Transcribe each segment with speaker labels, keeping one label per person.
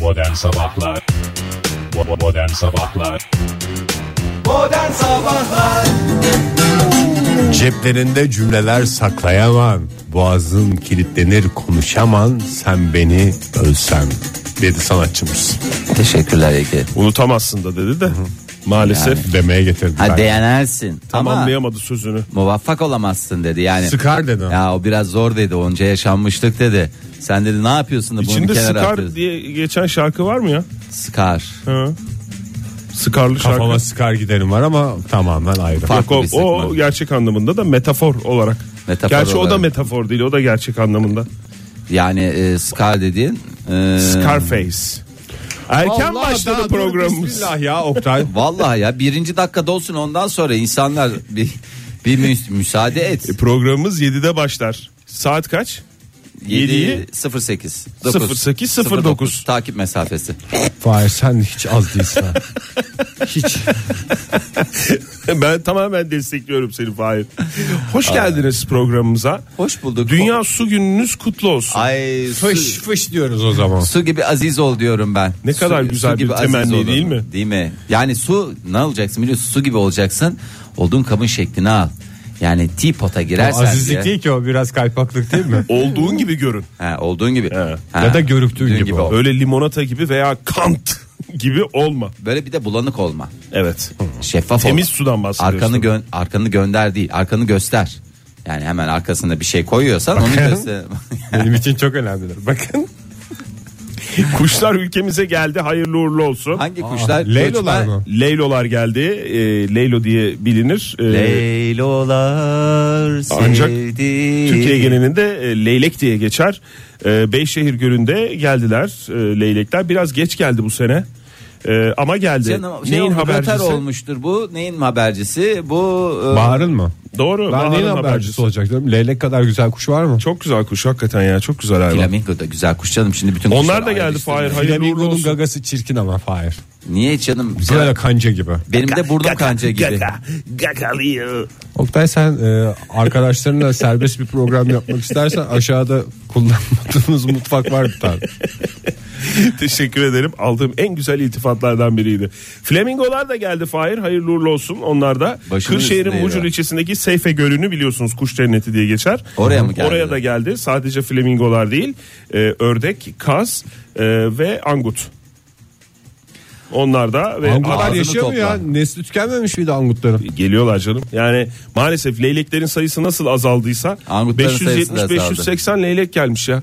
Speaker 1: Modern Sabahlar Bo- Modern Sabahlar
Speaker 2: Modern Sabahlar
Speaker 3: Ceplerinde cümleler saklayamam. Boğazın kilitlenir konuşaman. Sen beni ölsen. Dedi sanatçımız.
Speaker 4: Teşekkürler Ege.
Speaker 5: Unutamazsın da dedi de. Maalesef
Speaker 3: Demeye getirdi.
Speaker 4: Ha
Speaker 3: ben.
Speaker 4: değenersin ama
Speaker 5: tamamlayamadı sözünü.
Speaker 4: muvaffak olamazsın dedi yani.
Speaker 3: Sıkar dedi.
Speaker 4: Ya o biraz zor dedi onca yaşanmışlık dedi. Sen dedi ne yapıyorsun da bunu
Speaker 5: İçinde
Speaker 4: bir kenara
Speaker 5: Scar
Speaker 4: atıyorsun?
Speaker 5: diye geçen şarkı var mı ya?
Speaker 4: Sıkar.
Speaker 5: Hı. Scar'lı şarkı.
Speaker 3: Kafama sıkar giderim var ama tamamen ayrı.
Speaker 4: Fark-
Speaker 5: Yok, o,
Speaker 4: bir sıkma.
Speaker 5: o gerçek anlamında da metafor olarak. Hmm.
Speaker 4: Metafor
Speaker 5: Gerçi o da
Speaker 4: olarak.
Speaker 5: metafor değil o da gerçek anlamında.
Speaker 4: Yani e, Sıkar dediğin. e,
Speaker 5: Scarface. Erken başladı programımız.
Speaker 3: Bismillah ya Oktay.
Speaker 4: Vallahi ya birinci dakikada olsun ondan sonra insanlar bir, bir müs- müsaade et.
Speaker 5: E, programımız 7'de başlar. Saat kaç?
Speaker 4: 7 08
Speaker 5: 08 09.
Speaker 4: takip mesafesi.
Speaker 3: Fahir sen hiç az değilsin. ha. hiç.
Speaker 5: ben tamamen destekliyorum seni Fahir. Hoş geldiniz programımıza.
Speaker 4: Hoş bulduk.
Speaker 5: Dünya Su Gününüz kutlu olsun.
Speaker 4: Ay su,
Speaker 3: Fış fış diyoruz o zaman.
Speaker 4: su gibi aziz ol diyorum ben.
Speaker 5: Ne
Speaker 4: Su-
Speaker 5: kadar
Speaker 4: su
Speaker 5: güzel bir
Speaker 4: gibi aziz
Speaker 5: temenni
Speaker 4: olalım.
Speaker 5: değil mi?
Speaker 4: Değil mi? Yani su ne olacaksın biliyorsun su gibi olacaksın. Odun kabın şeklini al. Yani teapot'a girersen
Speaker 3: Azizlik
Speaker 4: diye-
Speaker 3: değil ki o biraz kalpaklık değil mi?
Speaker 5: Olduğun gibi görün.
Speaker 4: Ha, olduğun gibi. Ha,
Speaker 3: Ya da görüktüğün
Speaker 4: olduğun
Speaker 3: gibi ol.
Speaker 4: ol.
Speaker 5: Öyle limonata gibi veya kant gibi olma.
Speaker 4: Böyle bir de bulanık olma.
Speaker 5: Evet.
Speaker 4: Şeffaf
Speaker 5: Temiz
Speaker 4: ol.
Speaker 5: sudan bahsediyorsun.
Speaker 4: Arkanı gön arkanı gönder değil. Arkanı göster. Yani hemen arkasında bir şey koyuyorsan onu
Speaker 3: Bakın.
Speaker 4: göster.
Speaker 3: Benim için çok önemlidir. Bakın.
Speaker 5: Kuşlar ülkemize geldi. Hayırlı uğurlu olsun.
Speaker 4: Hangi kuşlar?
Speaker 3: Leylolar
Speaker 4: Göçmen-
Speaker 3: mı?
Speaker 5: Leylolar geldi. E, Leylo diye bilinir. E,
Speaker 4: Leylolar
Speaker 5: Ancak
Speaker 4: sevdi.
Speaker 5: Türkiye genelinde e, leylek diye geçer. E, Beyşehir Gölü'nde geldiler e, leylekler. Biraz geç geldi bu sene. E, ama geldi.
Speaker 4: Canım, şey
Speaker 5: Neyin
Speaker 4: olmuş, rötar
Speaker 5: habercisi?
Speaker 4: olmuştur bu. Neyin habercisi? Bu e,
Speaker 3: Bahar'ın mı?
Speaker 5: Doğru.
Speaker 3: Ben
Speaker 5: Bahar'ın
Speaker 3: neyin
Speaker 5: habercisi.
Speaker 3: habercisi olacak diyorum. Leylek kadar güzel kuş var mı?
Speaker 5: Çok güzel kuş hakikaten ya. Çok güzel hayvan.
Speaker 4: Flamingo da güzel kuş canım. Şimdi bütün
Speaker 5: Onlar
Speaker 4: kuşları
Speaker 5: da geldi
Speaker 4: ayrıştırma.
Speaker 5: Fahir. Hayırlı uğurlu
Speaker 3: Flamingo'nun
Speaker 5: olsun.
Speaker 3: gagası çirkin ama Fahir.
Speaker 4: Niye canım?
Speaker 3: Böyle kanca gibi.
Speaker 4: Benim de burnum kanca gibi.
Speaker 5: gakalıyor.
Speaker 3: Oktay sen e, arkadaşlarınla serbest bir program yapmak istersen aşağıda kullanmadığımız mutfak var bir tane.
Speaker 5: Teşekkür ederim. Aldığım en güzel iltifatlardan biriydi. Flamingolar da geldi Fahir. Hayırlı uğurlu olsun. Onlar da
Speaker 4: Başımın
Speaker 5: Kırşehir'in
Speaker 4: üstündeydi
Speaker 5: Mucur
Speaker 4: o.
Speaker 5: ilçesindeki Seyfe Gölü'nü biliyorsunuz kuş cenneti diye geçer.
Speaker 4: Oraya mı geldi?
Speaker 5: Oraya da geldi. Sadece flamingolar değil. e, ördek, kaz e, ve angut. Onlar da ve
Speaker 3: Angutlar
Speaker 4: ağzını
Speaker 3: yaşıyor mu
Speaker 4: topla.
Speaker 3: ya? Nesli tükenmemiş miydi angutların?
Speaker 5: geliyorlar canım. Yani maalesef leyleklerin sayısı nasıl azaldıysa
Speaker 4: Angutların sayısı da azaldı.
Speaker 5: 570-580 leylek gelmiş ya.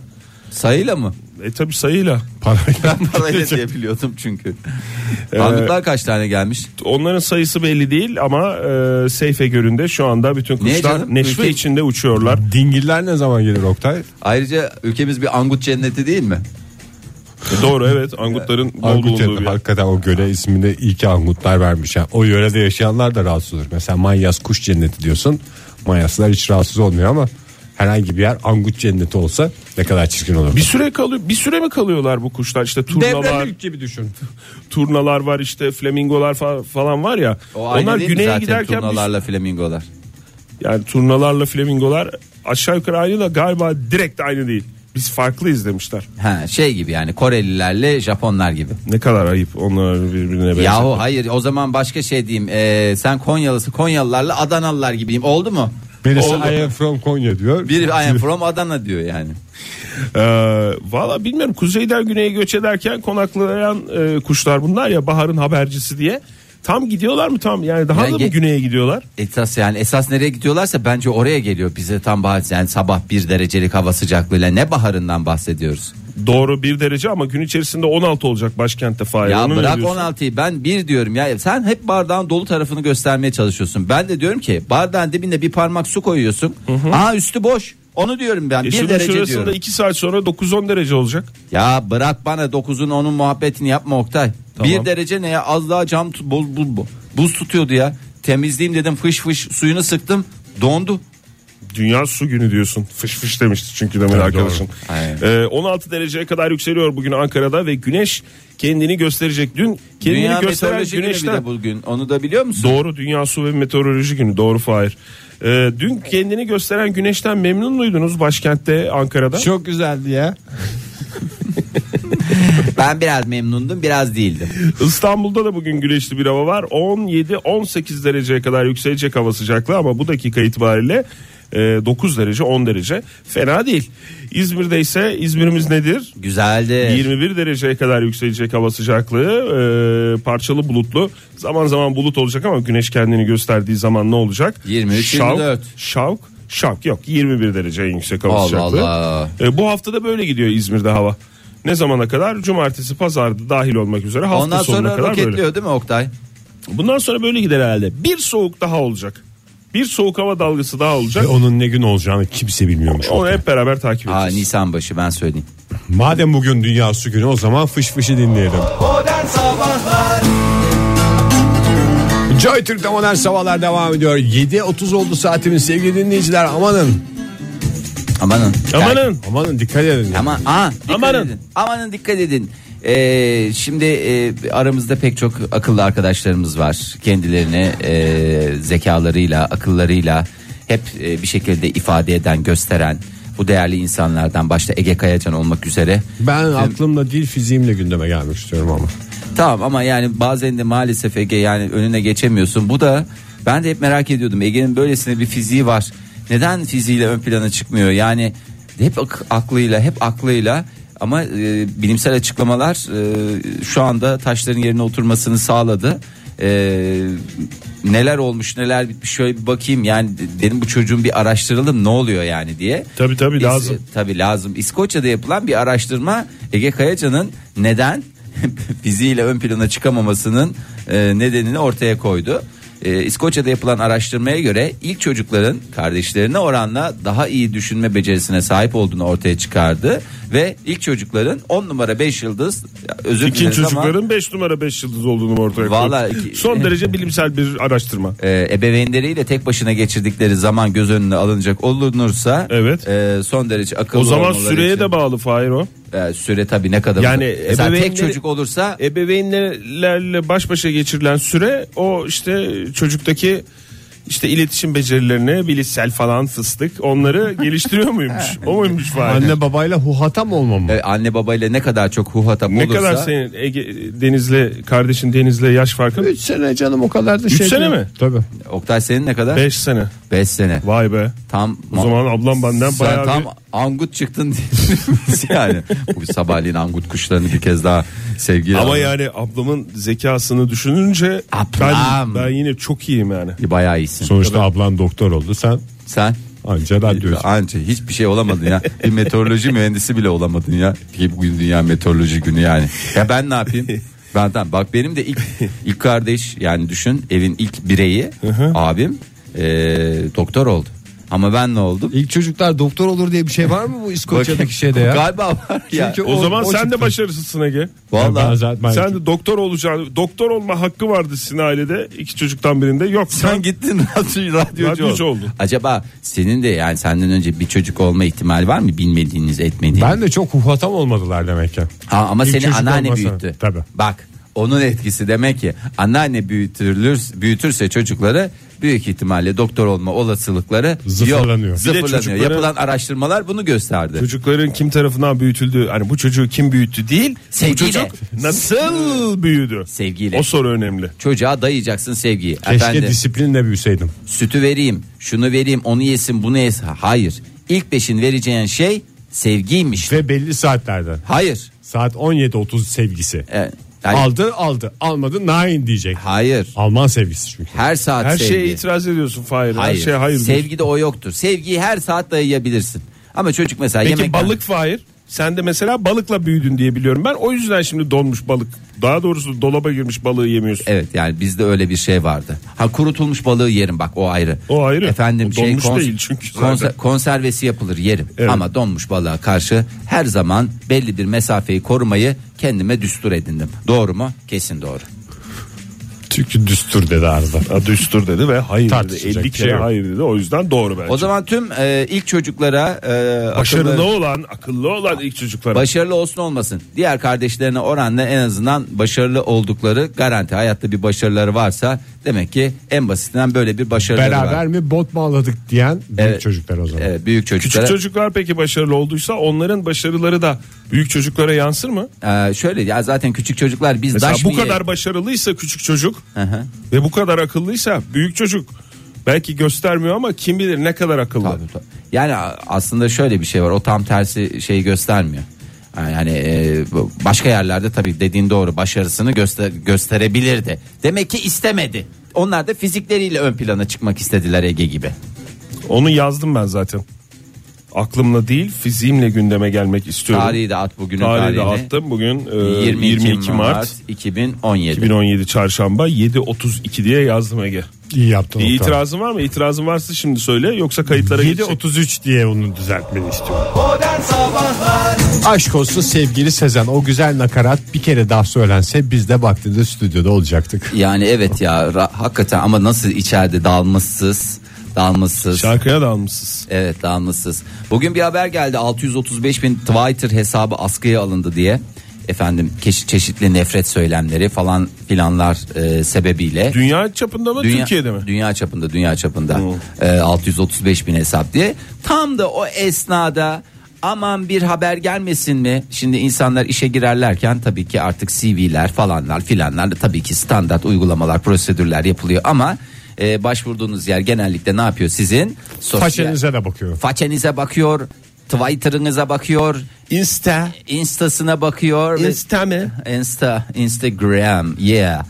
Speaker 4: Sayıyla mı?
Speaker 5: E tabi sayıyla.
Speaker 3: Parayla.
Speaker 4: Parayla diye biliyordum çünkü. Angutlar kaç tane gelmiş?
Speaker 5: Onların sayısı belli değil ama e, Seyfe Gölü'nde şu anda bütün
Speaker 4: Niye
Speaker 5: kuşlar
Speaker 4: canım?
Speaker 5: neşve
Speaker 4: Ülke-
Speaker 5: içinde uçuyorlar.
Speaker 3: Dingiller ne zaman gelir Oktay?
Speaker 4: Ayrıca ülkemiz bir angut cenneti değil mi?
Speaker 5: Doğru evet angutların bol
Speaker 3: Angut
Speaker 5: bulunduğu
Speaker 3: yerine
Speaker 5: bir yer.
Speaker 3: hakikaten o göle ismini iyi ki angutlar vermiş. Yani o yörede yaşayanlar da rahatsız olur. Mesela manyas kuş cenneti diyorsun. Manyaslar hiç rahatsız olmuyor ama herhangi bir yer angut cenneti olsa ne kadar çirkin olur.
Speaker 5: Bir süre kalıyor. Bir süre mi kalıyorlar bu kuşlar? İşte turnalar,
Speaker 3: gibi düşün.
Speaker 5: turnalar var işte flamingolar fa- falan var ya.
Speaker 4: O aynı
Speaker 5: onlar
Speaker 4: değil mi
Speaker 5: güneye
Speaker 4: zaten
Speaker 5: giderken bir-
Speaker 4: turnalarla flamingolar?
Speaker 5: yani turnalarla flamingolar aşağı yukarı aynı da galiba direkt aynı değil. Biz farklıyız demişler.
Speaker 4: Ha, şey gibi yani Korelilerle Japonlar gibi.
Speaker 5: Ne kadar ayıp onlar birbirine benziyor.
Speaker 4: Yahu hayır o zaman başka şey diyeyim. Ee, sen Konyalısı Konyalılarla Adanalılar gibiyim. Oldu mu?
Speaker 3: Birisi
Speaker 4: Oldu.
Speaker 3: I am from Konya diyor.
Speaker 4: Bir I am from Adana diyor yani.
Speaker 5: Ee, Valla bilmiyorum kuzeyden güneye göç ederken konaklayan e, kuşlar bunlar ya baharın habercisi diye. Tam gidiyorlar mı tam yani daha
Speaker 4: Yani
Speaker 5: da mı
Speaker 4: ge-
Speaker 5: güneye gidiyorlar?
Speaker 4: Esas yani esas nereye gidiyorlarsa bence oraya geliyor. Bize tam bahs yani sabah bir derecelik hava sıcaklığıyla ne baharından bahsediyoruz.
Speaker 5: Doğru bir derece ama gün içerisinde 16 olacak başkentte Fahir.
Speaker 4: ya
Speaker 5: Onu ne
Speaker 4: bırak
Speaker 5: diyorsun?
Speaker 4: 16'yı ben bir diyorum ya sen hep bardağın dolu tarafını göstermeye çalışıyorsun. Ben de diyorum ki bardağın dibinde bir parmak su koyuyorsun. Aa üstü boş. Onu diyorum ben
Speaker 5: E
Speaker 4: bir
Speaker 5: şunun
Speaker 4: derece
Speaker 5: şurasında
Speaker 4: diyorum.
Speaker 5: 2 saat sonra 9-10 derece olacak.
Speaker 4: Ya bırak bana 9'un 10'un muhabbetini yapma Oktay.
Speaker 5: Tamam.
Speaker 4: Bir derece ne ya az daha cam tut, buz, buz, buz- buz tutuyordu ya. Temizleyeyim dedim fış fış suyunu sıktım dondu.
Speaker 5: Dünya su günü diyorsun. Fış fış demişti çünkü demin arkadaşım.
Speaker 4: Aynen.
Speaker 5: Ee, 16 dereceye kadar yükseliyor bugün Ankara'da ve güneş kendini gösterecek. Dün kendini
Speaker 4: Dünya
Speaker 5: gösteren
Speaker 4: meteoroloji günü bir
Speaker 5: güneşten
Speaker 4: de bugün onu da biliyor musun?
Speaker 5: Doğru Dünya Su ve Meteoroloji Günü doğru Fahir. Ee, dün kendini gösteren güneşten memnun muydunuz başkentte Ankara'da?
Speaker 3: Çok güzeldi ya.
Speaker 4: Ben biraz memnundum biraz değildim.
Speaker 5: İstanbul'da da bugün güneşli bir hava var. 17-18 dereceye kadar yükselecek hava sıcaklığı ama bu dakika itibariyle e, 9 derece 10 derece fena değil. İzmir'de ise İzmir'imiz nedir?
Speaker 4: Güzeldi.
Speaker 5: 21 dereceye kadar yükselecek hava sıcaklığı e, parçalı bulutlu zaman zaman bulut olacak ama güneş kendini gösterdiği zaman ne olacak?
Speaker 4: 23,
Speaker 5: Şavk,
Speaker 4: 24.
Speaker 5: Şavk, şavk yok 21 derece en yüksek hava
Speaker 4: Allah
Speaker 5: sıcaklığı.
Speaker 4: Allah.
Speaker 5: E, bu hafta da böyle gidiyor İzmir'de hava. Ne zamana kadar? Cumartesi, pazar dahil olmak üzere hafta
Speaker 4: Ondan
Speaker 5: sonuna
Speaker 4: sonra
Speaker 5: kadar
Speaker 4: roketliyor
Speaker 5: böyle.
Speaker 4: değil mi Oktay?
Speaker 5: Bundan sonra böyle gider herhalde. Bir soğuk daha olacak. Bir soğuk hava dalgası daha olacak.
Speaker 3: Ve onun ne gün olacağını kimse bilmiyormuş.
Speaker 5: Onu hep beraber takip
Speaker 4: Aa,
Speaker 5: edeceğiz.
Speaker 4: Nisan başı ben söyleyeyim.
Speaker 3: Madem bugün Dünya Su Günü o zaman fış fışı dinleyelim.
Speaker 2: Modern Sabahlar
Speaker 3: Joy Türk'te modern sabahlar devam ediyor. 7.30 oldu saatimiz sevgili dinleyiciler. Amanın.
Speaker 4: Amanın.
Speaker 5: Amanın.
Speaker 3: Amanın dikkat edin.
Speaker 4: Aman, aa, dikkat
Speaker 5: Amanın.
Speaker 4: edin. Amanın dikkat edin. Ee, şimdi e, aramızda pek çok akıllı arkadaşlarımız var. Kendilerini e, zekalarıyla, akıllarıyla hep e, bir şekilde ifade eden, gösteren bu değerli insanlardan başta Ege Kayacan olmak üzere.
Speaker 3: Ben aklımla değil fiziğimle gündeme gelmek istiyorum ama.
Speaker 4: Tamam ama yani bazen de maalesef Ege yani önüne geçemiyorsun. Bu da ben de hep merak ediyordum. Ege'nin böylesine bir fiziği var. Neden fiziğiyle ön plana çıkmıyor? Yani hep ak- aklıyla, hep aklıyla ama e, bilimsel açıklamalar e, şu anda taşların yerine oturmasını sağladı. E, neler olmuş, neler bitmiş şöyle bir bakayım. Yani dedim bu çocuğun bir araştıralım ne oluyor yani diye.
Speaker 5: Tabii, tabii,
Speaker 4: Biz-
Speaker 5: lazım.
Speaker 4: Tabii lazım. İskoçya'da yapılan bir araştırma Ege Kayacan'ın neden fiziğiyle ön plana çıkamamasının e, nedenini ortaya koydu. E, İskoçya'da yapılan araştırmaya göre ilk çocukların kardeşlerine oranla daha iyi düşünme becerisine sahip olduğunu ortaya çıkardı ve ilk çocukların 10 numara 5 yıldız özür
Speaker 5: İkinci
Speaker 4: dileriz ama
Speaker 5: çocukların 5 numara 5 yıldız olduğunu ortaya koydu.
Speaker 4: Vallahi iki-
Speaker 5: Son derece bilimsel bir araştırma.
Speaker 4: e, ebeveynleriyle tek başına geçirdikleri zaman göz önüne alınacak olunursa
Speaker 5: Evet.
Speaker 4: e, son derece akıllı
Speaker 5: O zaman
Speaker 4: olmaları
Speaker 5: süreye
Speaker 4: için-
Speaker 5: de bağlı Fahir o.
Speaker 4: E, süre tabii ne kadar
Speaker 5: Yani
Speaker 4: Mesela
Speaker 5: ebeveynleri-
Speaker 4: tek çocuk olursa
Speaker 5: Ebeveynlerle baş başa geçirilen süre o işte çocuktaki işte iletişim becerilerini bilişsel falan fıstık onları geliştiriyor muymuş? O muymumiş Fahir?
Speaker 3: Anne babayla huhata mı olmam mı?
Speaker 4: E, anne babayla ne kadar çok huhatap
Speaker 5: ne
Speaker 4: olursa
Speaker 5: kadar senin Ege, Deniz'le kardeşin Deniz'le yaş farkı?
Speaker 3: 3 sene canım o kadar da
Speaker 5: Üç
Speaker 3: şey
Speaker 5: sene
Speaker 3: değil.
Speaker 5: mi?
Speaker 3: Tabii.
Speaker 4: Oktay senin ne kadar?
Speaker 5: 5 sene.
Speaker 4: 5 sene.
Speaker 5: Vay be.
Speaker 4: Tam
Speaker 5: O zaman ablam benden
Speaker 4: sen
Speaker 5: bayağı
Speaker 4: tam
Speaker 5: bir-
Speaker 4: angut çıktın diyebiliriz yani. Bu sabahleyin angut kuşlarını bir kez daha sevgili
Speaker 5: Ama
Speaker 4: ablam-
Speaker 5: yani ablamın zekasını düşününce ben,
Speaker 4: Ablam.
Speaker 5: ben yine çok iyiyim yani.
Speaker 4: bayağı iyisin.
Speaker 3: Sonuçta ablan doktor oldu. Sen
Speaker 4: Sen
Speaker 3: anca radyocu.
Speaker 4: anca hiçbir şey olamadın ya. Bir meteoroloji mühendisi bile olamadın ya. Ki bugün dünya meteoroloji günü yani. Ya ben ne yapayım? Ben tamam. Bak benim de ilk ilk kardeş yani düşün evin ilk bireyi abim e, doktor oldu. Ama ben ne oldum?
Speaker 3: İlk çocuklar doktor olur diye bir şey var mı bu İskoçya'daki şeyde ya?
Speaker 4: Galiba var ya.
Speaker 3: Çünkü
Speaker 5: O, zaman sen de başarısızsın Ege.
Speaker 3: Ben
Speaker 4: Vallahi
Speaker 3: zaten- ben-
Speaker 5: Sen de doktor olacağını, doktor olma hakkı vardı sizin ailede. iki çocuktan birinde yok.
Speaker 4: sen gittin radyo, radyocu,
Speaker 5: Radyocu
Speaker 4: oldun.
Speaker 5: oldun.
Speaker 4: Acaba senin de yani senden önce bir çocuk olma ihtimali var mı bilmediğiniz etmediğiniz?
Speaker 3: Ben de çok huhatam olmadılar demek ki.
Speaker 4: Ha, ama
Speaker 3: İlk
Speaker 4: seni
Speaker 3: çocuk
Speaker 4: anneanne
Speaker 3: olmasa-
Speaker 4: büyüttü.
Speaker 3: Tabii.
Speaker 4: Bak onun etkisi demek ki anneanne büyütürür, büyütürse çocukları büyük ihtimalle doktor olma olasılıkları
Speaker 3: Zıfırlanıyor. Bir
Speaker 4: Yok,
Speaker 3: de
Speaker 4: zıfırlanıyor.
Speaker 5: çocuklara-
Speaker 4: Yapılan araştırmalar bunu gösterdi.
Speaker 5: Çocukların kim tarafından büyütüldüğü hani bu çocuğu kim büyüttü değil
Speaker 4: Sevgiyle.
Speaker 5: bu çocuk nasıl büyüdü?
Speaker 4: Sevgiyle.
Speaker 5: O soru önemli.
Speaker 4: Çocuğa dayayacaksın sevgiyi.
Speaker 3: Keşke
Speaker 4: Efendim,
Speaker 3: disiplinle büyüseydim.
Speaker 4: sütü vereyim, şunu vereyim, onu yesin, bunu yesin. Hayır. İlk beşin vereceğin şey sevgiymiş.
Speaker 3: Ve belli saatlerde.
Speaker 4: Hayır.
Speaker 3: Saat 17.30 sevgisi.
Speaker 4: E, yani-
Speaker 3: Aldı aldı. Almadı nine diyecek.
Speaker 4: Hayır.
Speaker 3: Alman sevgisi çünkü.
Speaker 4: Her saat
Speaker 3: şey
Speaker 5: Her
Speaker 4: sevgi.
Speaker 5: şeye itiraz ediyorsun Fahir. Her
Speaker 4: hayır.
Speaker 5: şeye hayır. diyorsun.
Speaker 4: Sevgide o yoktur. Sevgiyi her saat dayayabilirsin. Ama çocuk mesela
Speaker 5: Peki
Speaker 4: yemek
Speaker 5: balık Fahir. Sen de mesela balıkla büyüdün diye biliyorum ben. O yüzden şimdi donmuş balık. Daha doğrusu dolaba girmiş balığı yemiyorsun.
Speaker 4: Evet yani bizde öyle bir şey vardı. Ha kurutulmuş balığı yerim bak o ayrı.
Speaker 5: O ayrı.
Speaker 4: Efendim
Speaker 5: O
Speaker 4: şey
Speaker 5: donmuş değil çünkü zaten.
Speaker 4: konser- konservesi yapılır yerim.
Speaker 5: Evet.
Speaker 4: Ama donmuş balığa karşı her zaman belli bir mesafeyi korumayı kendime düstur edindim. Doğru mu? Kesin doğru.
Speaker 3: Çünkü düstur dedi Arda.
Speaker 4: E-
Speaker 5: Adı üstür dedi ve hayır dedi.
Speaker 3: Tartışacak
Speaker 5: 50
Speaker 3: bir şey
Speaker 5: kere
Speaker 3: yok.
Speaker 5: hayır dedi. O yüzden doğru bence.
Speaker 4: O zaman tüm e, ilk çocuklara e,
Speaker 5: Başarılı
Speaker 4: akılları-
Speaker 5: olan, akıllı olan ilk çocuklara.
Speaker 4: Başarılı olsun olmasın. Diğer kardeşlerine oranla en azından başarılı oldukları garanti. Hayatta bir başarıları varsa demek ki en basitinden böyle bir başarıları var.
Speaker 3: Beraber mi bot bağladık diyen büyük
Speaker 4: Evet.
Speaker 3: çocuklar o zaman.
Speaker 4: Evet, büyük çocuklara.
Speaker 5: Küçük çocuklar peki başarılı olduysa onların başarıları da Büyük çocuklara yansır mı?
Speaker 4: Ee, şöyle ya zaten küçük çocuklar biz
Speaker 5: Mesela
Speaker 4: daş
Speaker 5: bu
Speaker 4: mı ye-
Speaker 5: kadar başarılıysa küçük çocuk
Speaker 4: Hı hı.
Speaker 5: ve bu kadar akıllıysa büyük çocuk. Belki göstermiyor ama kim bilir ne kadar akıllı.
Speaker 4: Tabii, tabii. Yani a- aslında şöyle bir şey var. O tam tersi şeyi göstermiyor. Yani hani, e, bu- başka yerlerde tabii dediğin doğru başarısını göster gösterebilirdi. Demek ki istemedi. Onlar da fizikleriyle ön plana çıkmak istediler Ege gibi.
Speaker 5: Onu yazdım ben zaten. Aklımla değil fiziğimle gündeme gelmek istiyorum.
Speaker 4: Tarihi de at bugünün
Speaker 5: Tarihi
Speaker 4: tarihini.
Speaker 5: de attım bugün e, 22,
Speaker 4: 22,
Speaker 5: Mart,
Speaker 4: Mart 2017.
Speaker 5: 2017 çarşamba 7.32 diye yazdım Ege.
Speaker 6: İyi yaptın.
Speaker 5: Bir
Speaker 6: Oktay.
Speaker 5: itirazın var mı? İtirazın varsa şimdi söyle yoksa kayıtlara geçecek.
Speaker 6: 7.33 diye onu düzeltmeni istiyorum.
Speaker 2: Modern Sabahlar
Speaker 3: Aşk olsun sevgili Sezen o güzel nakarat bir kere daha söylense biz de vaktinde stüdyoda olacaktık.
Speaker 4: Yani evet ya ra- hakikaten ama nasıl içeride dalmışsız dalmışsız.
Speaker 5: Şarkıya dalmışsınız.
Speaker 4: Evet dalmışsız. Bugün bir haber geldi 635 bin Twitter hesabı askıya alındı diye. Efendim keş- çeşitli nefret söylemleri falan filanlar e, sebebiyle.
Speaker 5: Dünya çapında mı Türkiye'de mi? Hmm.
Speaker 4: Dünya çapında dünya çapında E, 635 bin hesap diye. Tam da o esnada aman bir haber gelmesin mi? Şimdi insanlar işe girerlerken tabii ki artık CV'ler falanlar filanlar da tabii ki standart uygulamalar prosedürler yapılıyor ama e, başvurduğunuz yer genellikle ne yapıyor sizin? Sosyal-
Speaker 6: Façenize de bakıyorum.
Speaker 4: façenize bakıyor. Twitter'ınıza bakıyor.
Speaker 5: Insta.
Speaker 4: Instasına bakıyor. ve-
Speaker 5: Insta mı?
Speaker 4: Insta, Instagram, yeah.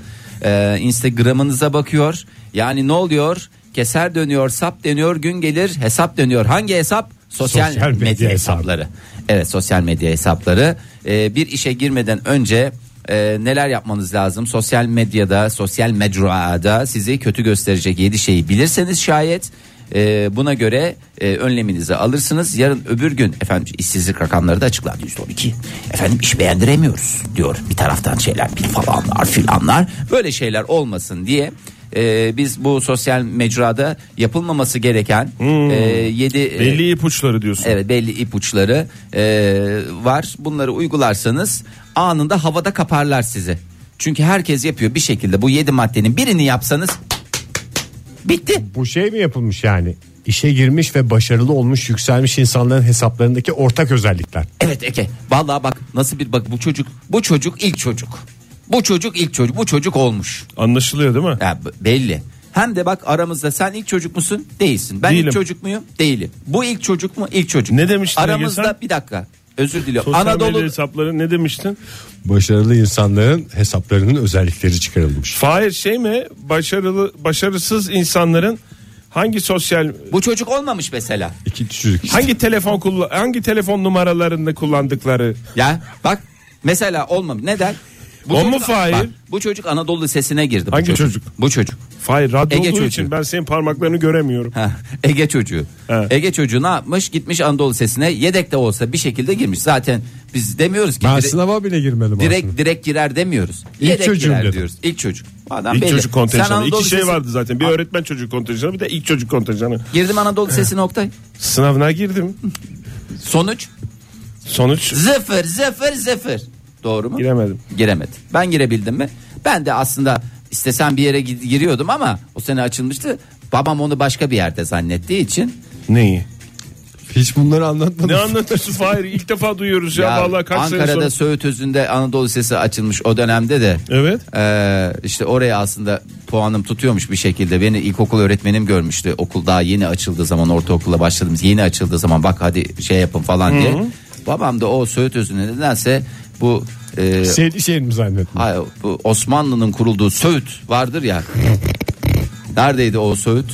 Speaker 4: Ee, Instagram'ınıza bakıyor. Yani ne oluyor? Keser dönüyor, sap dönüyor, gün gelir hesap dönüyor. Hangi hesap? Sosyal,
Speaker 6: Sosyal
Speaker 4: medya,
Speaker 6: medya
Speaker 4: hesapları. Evet, sosyal medya hesapları. Ee, bir işe girmeden önce e, neler yapmanız lazım? Sosyal medyada, sosyal mecrada sizi kötü gösterecek 7 şeyi bilirseniz şayet e, buna göre e, önleminizi alırsınız. Yarın öbür gün efendim işsizlik rakamları da açıklandı %12. Efendim iş beğendiremiyoruz diyor bir taraftan şeyler bir falanlar filanlar. Böyle şeyler olmasın diye e, biz bu sosyal mecrada yapılmaması gereken e, 7
Speaker 5: Belli ipuçları diyorsun.
Speaker 4: Evet belli ipuçları e, var. Bunları uygularsanız anında havada kaparlar sizi. Çünkü herkes yapıyor bir şekilde bu 7 maddenin birini yapsanız bitti.
Speaker 6: Bu şey mi yapılmış yani? İşe girmiş ve başarılı olmuş yükselmiş insanların hesaplarındaki ortak özellikler.
Speaker 4: Evet Eke. Vallahi bak nasıl bir bak bu çocuk bu çocuk ilk çocuk. Bu çocuk ilk çocuk. Bu çocuk olmuş.
Speaker 5: Anlaşılıyor değil mi?
Speaker 4: Ya b- belli. Hem de bak aramızda sen ilk çocuk musun? Değilsin. Ben
Speaker 5: Değilim.
Speaker 4: ilk çocuk muyum? Değilim. Bu ilk çocuk mu? İlk çocuk.
Speaker 5: Ne demiştin Ege
Speaker 4: Aramızda
Speaker 5: sen?
Speaker 4: bir dakika. Özür diliyorum.
Speaker 5: Sosyal medya
Speaker 4: Anadolu
Speaker 5: hesapları ne demiştin?
Speaker 3: Başarılı insanların hesaplarının özellikleri çıkarılmış.
Speaker 5: Fahir şey mi? Başarılı başarısız insanların hangi sosyal
Speaker 4: bu çocuk olmamış mesela.
Speaker 3: İki çocuk işte.
Speaker 5: hangi telefon kullan hangi telefon numaralarını kullandıkları
Speaker 4: Ya bak mesela olmam. Neden?
Speaker 5: O mu
Speaker 4: çocuk-
Speaker 5: Fahir?
Speaker 4: bak, bu çocuk Anadolu Lisesi'ne girdi. bu
Speaker 5: Hangi çocuk?
Speaker 4: Bu çocuk.
Speaker 5: Fahir radyo
Speaker 4: Ege
Speaker 5: olduğu
Speaker 4: çocuğu.
Speaker 5: için ben senin parmaklarını göremiyorum.
Speaker 4: Ha, Ege çocuğu.
Speaker 5: Evet.
Speaker 4: Ege çocuğu ne yapmış? Gitmiş Anadolu Lisesi'ne yedek de olsa bir şekilde girmiş. Zaten biz demiyoruz ki
Speaker 3: Ben
Speaker 4: dire-
Speaker 3: sınava bile girmedim
Speaker 4: direkt
Speaker 3: aslında.
Speaker 4: direkt girer demiyoruz.
Speaker 3: İlk
Speaker 4: yedek
Speaker 3: çocuğum
Speaker 4: girer
Speaker 3: dedim.
Speaker 4: diyoruz. İlk çocuk. Bu Adam
Speaker 5: İlk
Speaker 4: belli.
Speaker 5: çocuk
Speaker 4: Sen
Speaker 5: kontenjanı.
Speaker 4: Anadolu
Speaker 5: İki şey
Speaker 4: Lisesi-
Speaker 5: vardı zaten. Bir
Speaker 4: Ha,
Speaker 5: öğretmen çocuk kontenjanı bir de ilk çocuk kontenjanı.
Speaker 4: Girdim Anadolu Lisesi'ne Oktay.
Speaker 5: Sınavına girdim.
Speaker 4: Sonuç
Speaker 5: Sonuç
Speaker 4: Zıfır zıfır zıfır. Doğru mu?
Speaker 5: giremedim.
Speaker 4: Giremedi. Ben girebildim mi? Ben de aslında istesem bir yere gi- giriyordum ama o sene açılmıştı. Babam onu başka bir yerde zannettiği için.
Speaker 5: Neyi?
Speaker 3: Hiç bunları anlatmadım.
Speaker 5: Ne anlatıyorsun Fahir? İlk defa duyuyoruz ya,
Speaker 4: Ya
Speaker 5: vallahi kaç sene sonra.
Speaker 4: Ankara'da Söğüt Özü'nde Anadolu Lisesi açılmış o dönemde de.
Speaker 5: Evet.
Speaker 4: Ee, işte oraya aslında puanım tutuyormuş bir şekilde. Beni ilkokul öğretmenim görmüştü. Okul daha yeni açıldığı zaman ortaokula başladığımız yeni açıldığı zaman bak hadi şey yapın falan diye. Babam da o Söğüt Özü'nde nedense bu e,
Speaker 6: Seyirci şehir mi zannettim?
Speaker 4: Hayır, bu Osmanlı'nın kurulduğu Söğüt vardır ya. Neredeydi o Söğüt?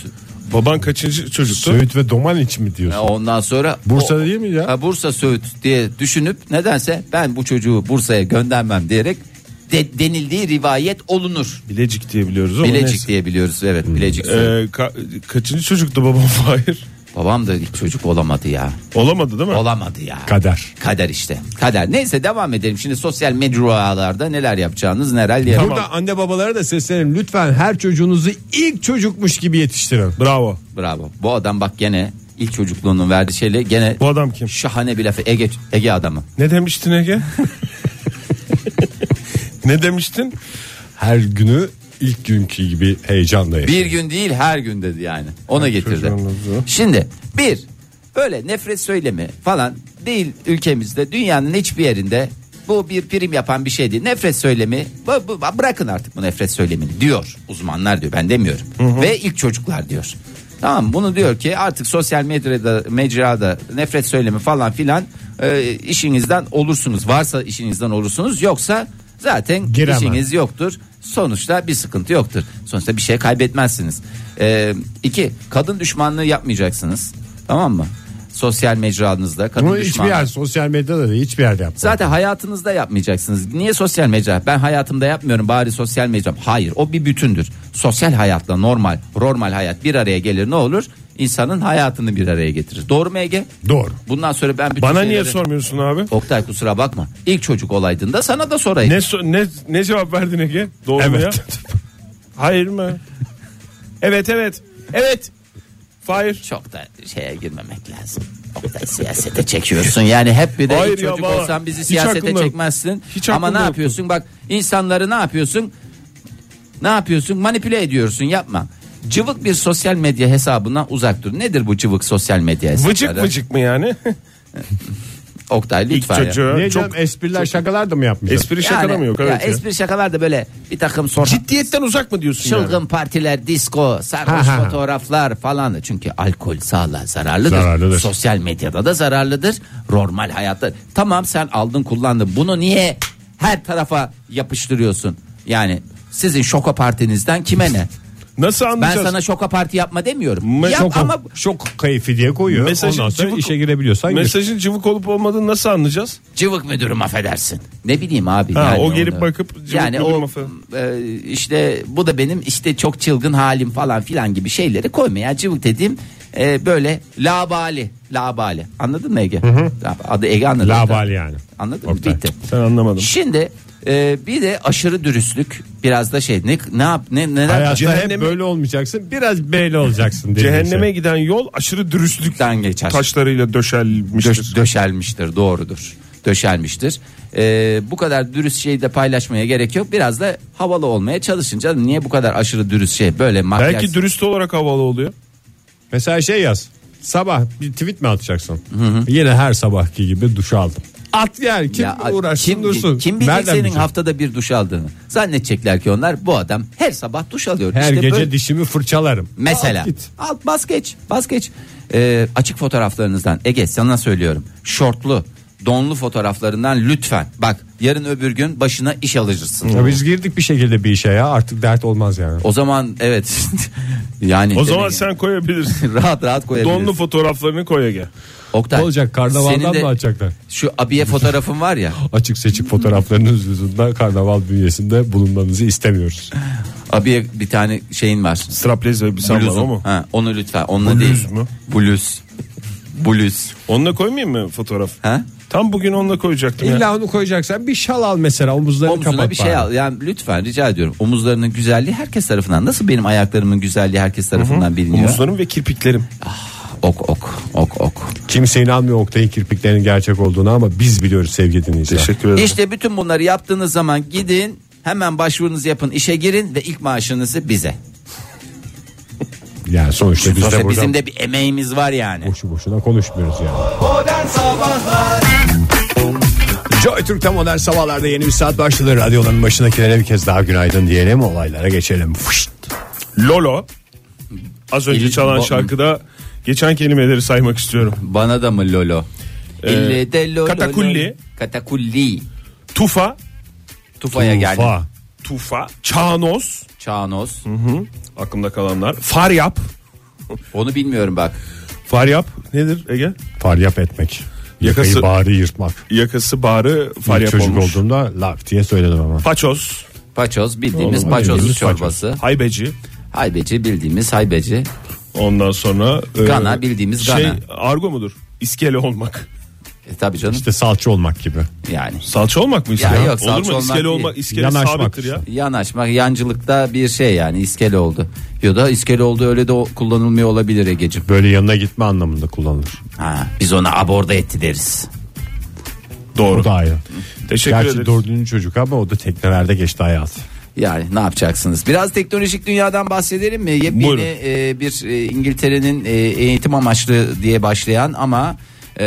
Speaker 5: Baban kaçıncı çocuktu?
Speaker 6: Söğüt ve Doman için mi
Speaker 4: E,
Speaker 6: diyorsun?
Speaker 4: Ondan sonra
Speaker 6: Bursa
Speaker 4: o-
Speaker 6: değil mi ya?
Speaker 4: Ha, Bursa Söğüt diye düşünüp nedense ben bu çocuğu Bursa'ya göndermem diyerek de- denildiği rivayet olunur.
Speaker 5: Bilecik diye biliyoruz ama
Speaker 4: Bilecik
Speaker 5: neyse.
Speaker 4: diye biliyoruz evet Bilecik. Söğüt.
Speaker 5: Ee, ka- kaçıncı çocuktu babam Fahir?
Speaker 4: Babam da ilk çocuk olamadı ya.
Speaker 5: Olamadı değil mi?
Speaker 4: Olamadı ya.
Speaker 6: Kader.
Speaker 4: Kader işte. Kader. Neyse devam edelim. Şimdi sosyal mecralarda neler yapacağınız neler yapacağınız.
Speaker 3: Burada anne babalara da seslenelim lütfen her çocuğunuzu ilk çocukmuş gibi yetiştirin.
Speaker 5: Bravo.
Speaker 4: Bravo. Bu adam bak gene ilk çocukluğunun verdiği şeyle gene
Speaker 5: Bu adam kim?
Speaker 4: şahane bir lafı Ege Ege adamı.
Speaker 5: Ne demiştin Ege? ne demiştin?
Speaker 3: Her günü ilk günkü gibi heyecanla yaşayın.
Speaker 4: Bir gün değil her gün dedi yani. Ona getirdi.
Speaker 5: çocuğunuzu.
Speaker 4: Şimdi bir öyle nefret söylemi falan değil ülkemizde dünyanın hiçbir yerinde bu bir prim yapan bir şey değil. Nefret söylemi bu- bu- bırakın artık bu nefret söylemini diyor uzmanlar diyor ben demiyorum. Ve ilk çocuklar diyor. Tamam bunu diyor ki artık sosyal medyada mecrada nefret söylemi falan filan e, işinizden olursunuz. Varsa işinizden olursunuz yoksa zaten
Speaker 6: Giremem.
Speaker 4: işiniz Risk yoktur. Sonuçta bir sıkıntı yoktur. Sonuçta bir şey kaybetmezsiniz. Ee, iki, kadın düşmanlığı yapmayacaksınız. Tamam mı? Sosyal mecranızda kadın
Speaker 6: Bunu hiçbir
Speaker 4: düşmanlığı.
Speaker 6: yer sosyal medyada da değil, hiçbir yerde yapma.
Speaker 4: Zaten hayatınızda yapmayacaksınız. Niye sosyal mecra? Ben hayatımda yapmıyorum bari sosyal mecra. Hayır o bir bütündür. Sosyal hayatla normal, normal hayat bir araya gelir ne olur? İnsanın hayatını bir araya getirir. Doğru mu Ege?
Speaker 6: Doğru.
Speaker 4: Bundan sonra ben bütün
Speaker 5: Bana niye
Speaker 4: şeyleri-
Speaker 5: sormuyorsun abi?
Speaker 4: Oktay kusura bakma. İlk çocuk olaydın da sana da sorayım.
Speaker 5: Ne so- ne ne cevap verdin Ege? Doğru mu
Speaker 6: Evet.
Speaker 5: ya? Hayır mı? Evet evet. Evet. Hayır.
Speaker 4: çok da şeye girmemek lazım. Çok da siyasete çekiyorsun. Yani hep bir de
Speaker 5: Hayır
Speaker 4: ilk
Speaker 5: ya
Speaker 4: çocuk
Speaker 5: baba,
Speaker 4: olsan bizi
Speaker 5: hiç
Speaker 4: siyasete
Speaker 5: aklımda yok.
Speaker 4: çekmezsin.
Speaker 5: Hiç
Speaker 4: Ama
Speaker 5: aklımda
Speaker 4: ne
Speaker 5: yoktu.
Speaker 4: yapıyorsun? Bak insanları ne yapıyorsun? Ne yapıyorsun? Manipüle ediyorsun. Yapma. Cıvık bir sosyal medya hesabından uzak dur. Nedir bu cıvık sosyal medya hesapları?
Speaker 5: Vıcık vıcık mı yani?
Speaker 4: Oktay
Speaker 5: İlk
Speaker 4: lütfen. ya.
Speaker 5: çocuğu.
Speaker 6: Ne
Speaker 5: çok
Speaker 6: çok, espriler şakalar da mı yapmayacağız?
Speaker 5: espri
Speaker 4: Yani,
Speaker 5: şaka da mı yok?
Speaker 4: ya
Speaker 5: Evet ya.
Speaker 4: espri şakalar da böyle bir takım sonra
Speaker 5: Ciddiyetten uzak mı diyorsun
Speaker 4: Çılgın
Speaker 5: yani?
Speaker 4: partiler, disko, sarhoş
Speaker 6: Ha, ha, ha.
Speaker 4: fotoğraflar falan. da. Çünkü alkol sağlığa zararlıdır.
Speaker 6: Zararlıdır.
Speaker 4: Sosyal medyada da zararlıdır. Normal hayatta. Tamam sen aldın kullandın. Bunu niye her tarafa yapıştırıyorsun? Yani sizin şoka partinizden kime ne?
Speaker 5: Nasıl
Speaker 4: Ben
Speaker 5: anlayacağız?
Speaker 4: sana şoka parti yapma demiyorum.
Speaker 5: Me-
Speaker 4: Yap
Speaker 5: şoka-
Speaker 4: ama
Speaker 6: Şok keyfi diye koyuyor.
Speaker 5: Mesajın
Speaker 6: Ondan sonra
Speaker 5: cıvık-
Speaker 6: işe girebiliyorsan gir.
Speaker 5: Mesajın cıvık olup olmadığını nasıl anlayacağız?
Speaker 4: cıvık müdürüm affedersin. Ne bileyim abi.
Speaker 5: Ha, o gelip bakıp cıvık
Speaker 4: yani
Speaker 5: müdürüm
Speaker 4: o
Speaker 5: affedersin.
Speaker 4: e, işte bu da benim işte çok çılgın halim falan filan gibi şeyleri koyma. ya cıvık dediğim e, böyle labali. Labali. Anladın mı Ege? Adı Ege anladın.
Speaker 6: Labali yani.
Speaker 4: Anladın mı?
Speaker 6: Oktay.
Speaker 4: Bitti.
Speaker 5: Sen anlamadın.
Speaker 4: Şimdi e, bir de aşırı dürüstlük biraz da şey ne ne yap ne neden
Speaker 6: Hayatta hep
Speaker 5: Cehenneme-
Speaker 6: böyle olmayacaksın. Biraz böyle olacaksın. dediğim
Speaker 5: Cehenneme
Speaker 6: şey.
Speaker 5: giden yol aşırı dürüstlük
Speaker 4: Dürüstlükten geçer.
Speaker 5: taşlarıyla döşelmiştir.
Speaker 4: Döş- döşelmiştir doğrudur döşelmiştir. Ee, bu kadar dürüst şeyi de paylaşmaya gerek yok. Biraz da havalı olmaya çalışın canım. Niye bu kadar aşırı dürüst şey böyle makyaj?
Speaker 5: Belki dürüst olarak havalı oluyor.
Speaker 6: Mesela şey yaz. Sabah bir tweet mi atacaksın? Yine her sabahki gibi duş aldım. At yani kim
Speaker 4: Ya,
Speaker 6: uğraşsın
Speaker 4: kim,
Speaker 6: dursun.
Speaker 4: Kim bilecek
Speaker 6: Nereden
Speaker 4: senin
Speaker 6: bilecek?
Speaker 4: haftada bir duş aldığını? Zannedecekler ki onlar bu adam her sabah duş alıyor.
Speaker 6: Her
Speaker 4: İşte
Speaker 6: gece
Speaker 4: böyle-
Speaker 6: dişimi fırçalarım.
Speaker 4: Mesela.
Speaker 6: Al git.
Speaker 4: Al bas geç. Bas geç. Ee, açık fotoğraflarınızdan Ege sana söylüyorum. Şortlu, donlu fotoğraflarından lütfen. Bak yarın öbür gün başına iş alırsın.
Speaker 6: Ya biz girdik bir şekilde bir işe ya artık dert olmaz yani.
Speaker 4: O zaman evet. yani
Speaker 5: O zaman
Speaker 4: demek-
Speaker 5: sen koyabilirsin.
Speaker 4: rahat rahat koyabiliriz.
Speaker 5: Donlu fotoğraflarını koy Ege.
Speaker 4: Oktay,
Speaker 6: Ne olacak, karnavaldan
Speaker 4: senin de
Speaker 6: mı açacaklar?
Speaker 4: Şu abiye fotoğrafın var ya.
Speaker 6: Açık seçik fotoğraflarınız yüzünden karnaval bünyesinde bulunmanızı istemiyoruz.
Speaker 4: Abiye bir tane şeyin var.
Speaker 5: Straplez ve bir sandal o
Speaker 4: Bluzun.
Speaker 5: mu?
Speaker 4: Ha, onu lütfen. Onunla
Speaker 5: Bluz
Speaker 4: değil.
Speaker 5: mu?
Speaker 4: Bluz. Bluz.
Speaker 5: Onunla koymayayım mı fotoğraf?
Speaker 4: Ha?
Speaker 5: Tam bugün onunla koyacaktım ya.
Speaker 6: İlla onu koyacaksan bir şal al mesela omuzlarını
Speaker 4: Omzuna
Speaker 6: kapat.
Speaker 4: bir şey
Speaker 6: bari.
Speaker 4: al. Yani lütfen rica ediyorum. Omuzlarının güzelliği herkes tarafından. Nasıl benim ayaklarımın güzelliği herkes tarafından biliniyor?
Speaker 5: Omuzlarım ve kirpiklerim.
Speaker 4: Ok ok ok ok.
Speaker 6: Kimse inanmıyor Oktay'ın kirpiklerinin gerçek olduğunu ama biz biliyoruz sevgili dinleyiciler.
Speaker 5: Teşekkür ederim.
Speaker 4: İşte bütün bunları yaptığınız zaman gidin hemen başvurunuzu yapın işe girin ve ilk maaşınızı bize.
Speaker 6: Yani sonuçta biz de
Speaker 4: Sonuçta
Speaker 6: buradan
Speaker 4: bizim de bir emeğimiz var yani.
Speaker 6: boşu boşuna konuşmuyoruz yani.
Speaker 2: Modern Sabahlar
Speaker 6: Joy Türk'te modern sabahlarda yeni bir saat başladı. Radyoların başındakilere bir kez daha günaydın diyelim. Olaylara geçelim. Fışt.
Speaker 5: Lolo. Az önce
Speaker 4: İl-
Speaker 5: çalan
Speaker 4: ba-
Speaker 5: şarkıda geçen kelimeleri saymak istiyorum.
Speaker 4: Bana da mı lolo?
Speaker 6: Ee,
Speaker 4: İlle de lolo.
Speaker 5: katakulli.
Speaker 4: lolo. Katakulli.
Speaker 5: Tufa,
Speaker 4: Tufaya geldi.
Speaker 6: Fa.
Speaker 5: tufa, çağnoz.
Speaker 4: Çağnoz.
Speaker 5: Aklımda kalanlar. Faryap.
Speaker 4: Onu bilmiyorum bak.
Speaker 5: Faryap nedir Ege?
Speaker 6: Faryap etmek.
Speaker 5: Yakası-
Speaker 6: Yakayı bari yırtmak.
Speaker 5: Yakası bağrı
Speaker 6: Bir
Speaker 5: faryap
Speaker 6: çocuk
Speaker 5: olmuş.
Speaker 6: olduğumda laf diye söyledim ama.
Speaker 5: Paçoz,
Speaker 4: Paçoz bildiğimiz
Speaker 6: Oğlum,
Speaker 4: paçoz
Speaker 6: bildiğimiz
Speaker 4: çorbası.
Speaker 5: haybeci.
Speaker 4: Haybeci bildiğimiz haybeci.
Speaker 5: Ondan sonra e,
Speaker 4: Gana, bildiğimiz
Speaker 5: Şey
Speaker 4: Gana.
Speaker 5: argo mudur? İskele olmak.
Speaker 4: E, tabii canım
Speaker 6: İşte salça olmak gibi.
Speaker 4: yani.
Speaker 5: Salça olmak mı iskele?
Speaker 4: Ya yok, salça
Speaker 5: Olur mu?
Speaker 4: olmak
Speaker 5: İskele
Speaker 4: değil.
Speaker 5: olmak, iskele
Speaker 6: Yanaşmak
Speaker 5: sabittir ya.
Speaker 4: Yanaşmak yancılıkta bir şey yani iskele oldu. Ya da iskele oldu öyle de o- kullanılmıyor olabilir Ege'cim.
Speaker 6: Böyle yanına gitme anlamında kullanılır.
Speaker 4: Ha, biz ona aborda etti deriz.
Speaker 5: Doğru.
Speaker 6: O da ayrı.
Speaker 5: Teşekkür
Speaker 6: Gerçi
Speaker 5: ederiz.
Speaker 6: dördüncü çocuk ama o da teknelerde geçti hayatı.
Speaker 4: Yani ne yapacaksınız? Biraz teknolojik dünyadan bahsedelim mi? Yepyeni
Speaker 5: Buyurun.
Speaker 4: e, bir e, İngiltere'nin e, eğitim amaçlı diye başlayan ama e,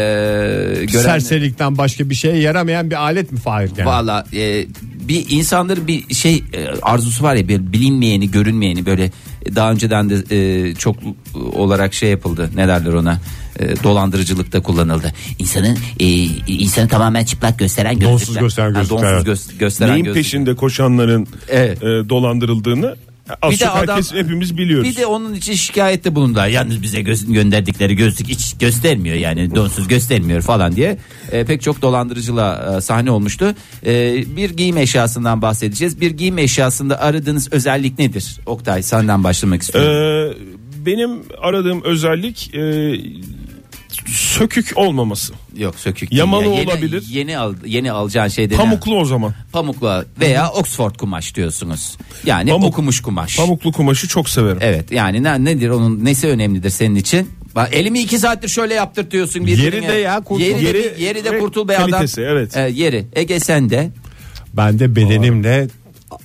Speaker 4: gören...
Speaker 6: Serserilikten başka bir şeye yaramayan bir alet mi Fahir? Yani?
Speaker 4: Valla e, bir insanların bir şey e, arzusu var ya bir bilinmeyeni görünmeyeni böyle e, daha önceden de e, çok e, olarak şey yapıldı ne derler ona e, dolandırıcılıkta kullanıldı. İnsanın e, insanı tamamen çıplak gösteren
Speaker 6: Donsuz
Speaker 4: gözlükler.
Speaker 6: gösteren
Speaker 4: Ha,
Speaker 6: gözlükler,
Speaker 4: donsuz
Speaker 6: evet.
Speaker 4: göz- gösteren
Speaker 5: Neyin
Speaker 4: gözlükler.
Speaker 5: peşinde koşanların
Speaker 4: Evet.
Speaker 5: e, dolandırıldığını az
Speaker 4: Bir de
Speaker 5: çok
Speaker 4: adam-
Speaker 5: herkes hepimiz biliyoruz.
Speaker 4: Bir de onun için şikayette bulundu. Yalnız bize gö- gönderdikleri gözlük hiç göstermiyor yani donsuz göstermiyor falan diye. E, pek çok dolandırıcılığa e, sahne olmuştu. E, bir giyim eşyasından bahsedeceğiz. Bir giyim eşyasında aradığınız özellik nedir? Oktay senden başlamak istiyorum.
Speaker 5: Ee, benim aradığım özellik e, sökük olmaması.
Speaker 4: Yok sökük.
Speaker 5: yamalı
Speaker 4: değil ya. Yeni-
Speaker 5: olabilir.
Speaker 4: Yeni al, yeni alacağın şey değil.
Speaker 5: Pamuklu o zaman.
Speaker 4: Pamukla veya Oxford kumaş diyorsunuz. Yani
Speaker 5: Pamuk-
Speaker 4: okumuş kumaş.
Speaker 5: Pamuklu kumaşı çok severim.
Speaker 4: Evet yani ne, nedir onun nesi önemlidir senin için? Bak, elimi iki saattir şöyle yaptırtıyorsun. Bir
Speaker 6: Yeri de ya, kurtul.
Speaker 4: Yeri, de-
Speaker 5: Yeri
Speaker 4: yeri de
Speaker 5: ve
Speaker 4: kurtul be adam.
Speaker 5: kalitesi, evet.
Speaker 4: E, yeri. Ege sen de.
Speaker 6: Ben de bedenimle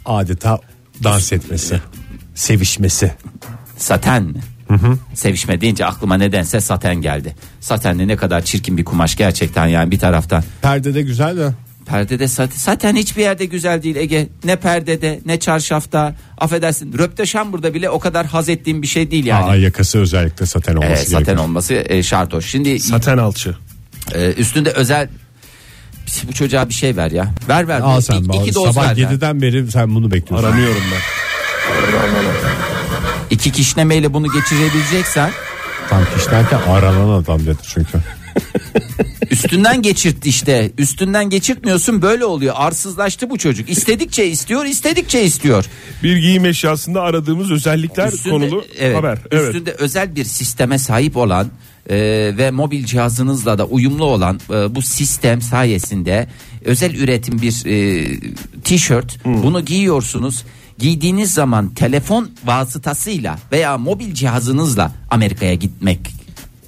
Speaker 6: adeta dans etmesi, sevişmesi.
Speaker 4: Saten mi? Sevişme deyince aklıma nedense saten geldi. Saten de ne kadar çirkin bir kumaş gerçekten yani bir taraftan.
Speaker 6: Perdede güzel de.
Speaker 4: Perdede sat- saten hiçbir yerde güzel değil Ege. Ne perdede ne çarşafta. Affedersin röpteşan burada bile o kadar haz ettiğim bir şey değil yani.
Speaker 6: Aa, yakası özellikle saten olması
Speaker 4: Evet,
Speaker 6: gerekiyor.
Speaker 4: saten olması e, şart o. Şimdi
Speaker 5: Saten alçı.
Speaker 4: Ee, üstünde özel Pis, bu çocuğa bir şey ver ya. Ver ver.
Speaker 6: Al
Speaker 4: Bir-
Speaker 6: sen
Speaker 4: iki,
Speaker 6: bari.
Speaker 4: iki doz
Speaker 6: Sabah
Speaker 4: ver. ya.
Speaker 6: 7'den beri sen bunu bekliyorsun.
Speaker 5: Aranıyorum ben.
Speaker 4: İki kişnemeyle bunu geçirebileceksen
Speaker 6: Tam kişilerken aranan adam dedi çünkü.
Speaker 4: üstünden geçirt işte. Üstünden geçirtmiyorsun böyle oluyor. Arsızlaştı bu çocuk. İstedikçe istiyor, istedikçe istiyor.
Speaker 5: Bir giyim eşyasında aradığımız özellikler konulu
Speaker 4: evet,
Speaker 5: haber. Evet.
Speaker 4: Üstünde özel bir sisteme sahip olan e, ve mobil cihazınızla da uyumlu olan e, bu sistem sayesinde özel üretim bir e, tişört bunu giyiyorsunuz. Giydiğiniz zaman telefon vasıtasıyla veya mobil cihazınızla Amerika'ya gitmek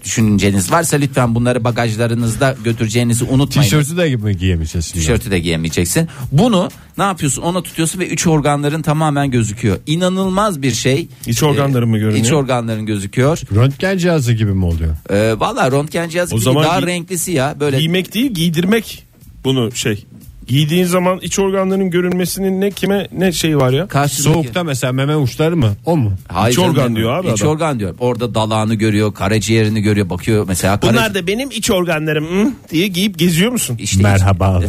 Speaker 4: düşünceniz varsa lütfen bunları bagajlarınızda götüreceğinizi unutmayın.
Speaker 6: Tişörtü de mi giyemeyeceğiz şimdi?
Speaker 4: Tişörtü de giyemeyeceksin. Bunu ne yapıyorsun? Ona tutuyorsun ve iç organların tamamen gözüküyor. İnanılmaz bir şey.
Speaker 5: İç organların mı görünüyor?
Speaker 4: İç organların gözüküyor.
Speaker 6: Röntgen cihazı gibi mi oluyor?
Speaker 4: Ee, Valla röntgen cihazı
Speaker 5: O
Speaker 4: gibi
Speaker 5: zaman
Speaker 4: daha
Speaker 5: gi-
Speaker 4: renklisi ya. Böyle
Speaker 5: Giymek değil giydirmek bunu şey. Giydiğin zaman iç organların görünmesinin ne kime ne şey var ya.
Speaker 4: karşıdaki...
Speaker 6: Soğukta mesela meme uçları mı? O mu?
Speaker 4: Hayır
Speaker 5: İç
Speaker 4: canım,
Speaker 5: organ diyor abi
Speaker 4: İç
Speaker 5: adam.
Speaker 4: organ diyor. Orada dalağını görüyor, karaciğerini görüyor, bakıyor mesela. karaci-
Speaker 5: Bunlar da benim iç organlarım hı, diye giyip geziyor musun?
Speaker 4: İşte
Speaker 6: Merhaba.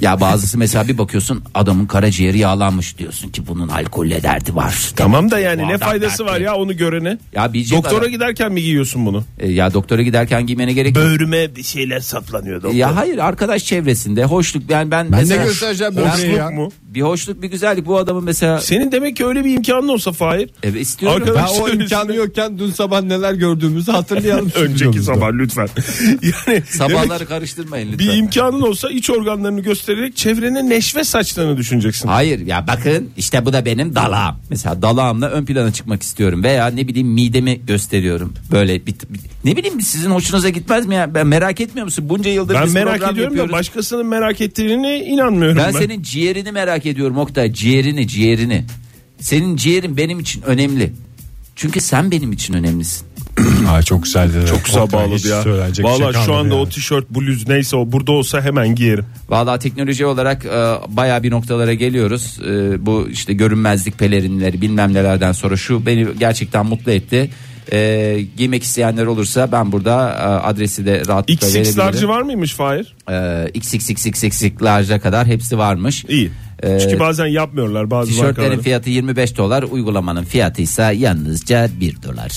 Speaker 4: Ya bazısı mesela bir bakıyorsun adamın karaciğeri yağlanmış diyorsun ki bunun alkolle derdi var.
Speaker 5: Tamam da yani
Speaker 4: Bu
Speaker 5: ne
Speaker 4: adam
Speaker 5: faydası
Speaker 4: dertli.
Speaker 5: var ya onu görene?
Speaker 4: Ya bir şey cep
Speaker 5: Doktora
Speaker 4: ara-
Speaker 5: giderken mi giyiyorsun bunu?
Speaker 4: E, ya doktora giderken giymene gerek yok.
Speaker 5: Böğrüme bir şeyler saplanıyor doktor.
Speaker 4: Ya hayır arkadaş çevresinde hoşluk ben ben
Speaker 6: ben de
Speaker 4: mesela-
Speaker 6: göstereceğim
Speaker 5: Hoşluk
Speaker 6: böbreği ya.
Speaker 5: mu?
Speaker 4: Bir hoşluk bir güzellik bu adamın mesela
Speaker 5: Senin demek ki öyle bir imkanın olsa Fahir.
Speaker 4: Evet, istiyorum.
Speaker 5: Arkadaş-
Speaker 6: Ben o imkanı yokken dün sabah neler gördüğümüzü hatırlayalım.
Speaker 5: Önceki
Speaker 6: stüdyomuzda.
Speaker 5: sabah lütfen. yani
Speaker 4: Sabahları
Speaker 5: demek ki
Speaker 4: karıştırmayın lütfen.
Speaker 5: bir imkanın olsa iç organlarını göstererek çevrene neşve saçtığını düşüneceksin.
Speaker 4: Hayır ya bakın işte bu da benim dalağım. Mesela dalağımla ön plana çıkmak istiyorum veya ne bileyim midemi gösteriyorum. Böyle bir, bir- ne bileyim sizin hoşunuza gitmez mi ya? Ben merak etmiyor musun? Bunca yıldır
Speaker 5: Ben
Speaker 4: biz
Speaker 5: merak
Speaker 4: program
Speaker 5: ediyorum
Speaker 4: yapıyoruz.
Speaker 5: da başkasının merak ettiğine inanmıyorum ben.
Speaker 4: ben senin ciğerini merak ediyorum Oktay. Ciğerini, ciğerini. Senin ciğerin benim için önemli. Çünkü sen benim için önemlisin.
Speaker 6: Aa, çok güzeldi.
Speaker 5: çok güzel
Speaker 6: Oktay, hiç
Speaker 5: bağladı ya.
Speaker 6: söylenecek bir
Speaker 5: Valla
Speaker 6: şey
Speaker 5: şu
Speaker 6: kalmadı
Speaker 5: anda
Speaker 6: ya.
Speaker 5: o tişört, bluz neyse o burada olsa hemen giyerim.
Speaker 4: Vallahi teknoloji olarak e, bayağı bir noktalara geliyoruz. E, bu işte görünmezlik pelerinleri bilmem nelerden sonra şu beni gerçekten mutlu etti. E, giymek isteyenler olursa ben burada e, adresi de rahatlıkla
Speaker 5: XX large'ı
Speaker 4: verebilirim.
Speaker 5: var mıymış Fahir?
Speaker 4: E, XXXXX large'a kadar hepsi varmış.
Speaker 5: İyi.
Speaker 4: E,
Speaker 5: Çünkü bazen yapmıyorlar bazı
Speaker 4: Tişörtlerin
Speaker 5: markaları.
Speaker 4: fiyatı 25 dolar uygulamanın fiyatı ise yalnızca 1 dolar.